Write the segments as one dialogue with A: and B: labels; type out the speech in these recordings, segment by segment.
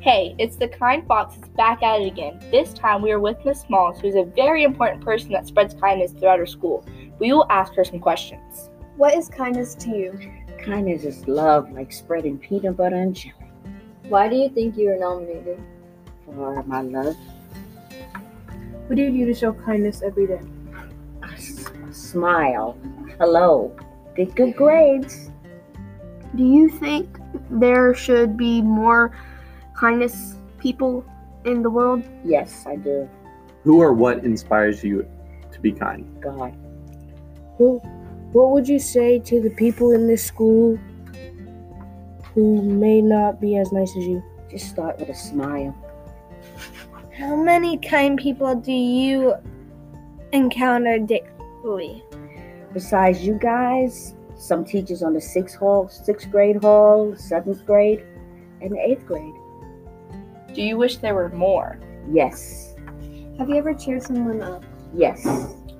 A: Hey, it's the Kind Foxes back at it again. This time we are with Miss Smalls, who's a very important person that spreads kindness throughout our school. We will ask her some questions.
B: What is kindness to you?
C: Kindness is love, like spreading peanut butter and jelly
D: Why do you think you were nominated?
C: for Oh, my love.
E: What do you do to show kindness every day?
C: I s- Smile. Hello. Get good grades.
F: Do you think there should be more kindness people in the world?
C: Yes, I do.
G: Who or what inspires you to be kind?
C: God.
H: Well, what would you say to the people in this school who may not be as nice as you?
C: Just start with a smile.
B: How many kind people do you encounter daily?
C: Besides you guys, some teachers on the sixth hall, sixth grade hall, seventh grade, and the eighth grade.
A: Do you wish there were more?
C: Yes.
B: Have you ever cheered someone up?
C: Yes.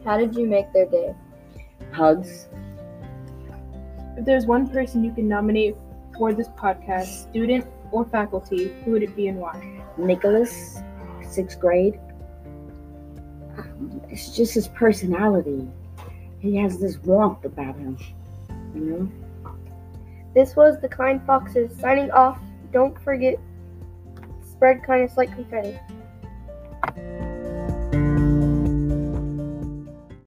D: How did you make their day?
C: Hugs.
E: If there's one person you can nominate for this podcast, student or faculty, who would it be and why?
C: Nicholas, sixth grade. Um, It's just his personality. He has this warmth about him. You know?
F: This was the Kind Foxes signing off. Don't forget, spread kindness like confetti.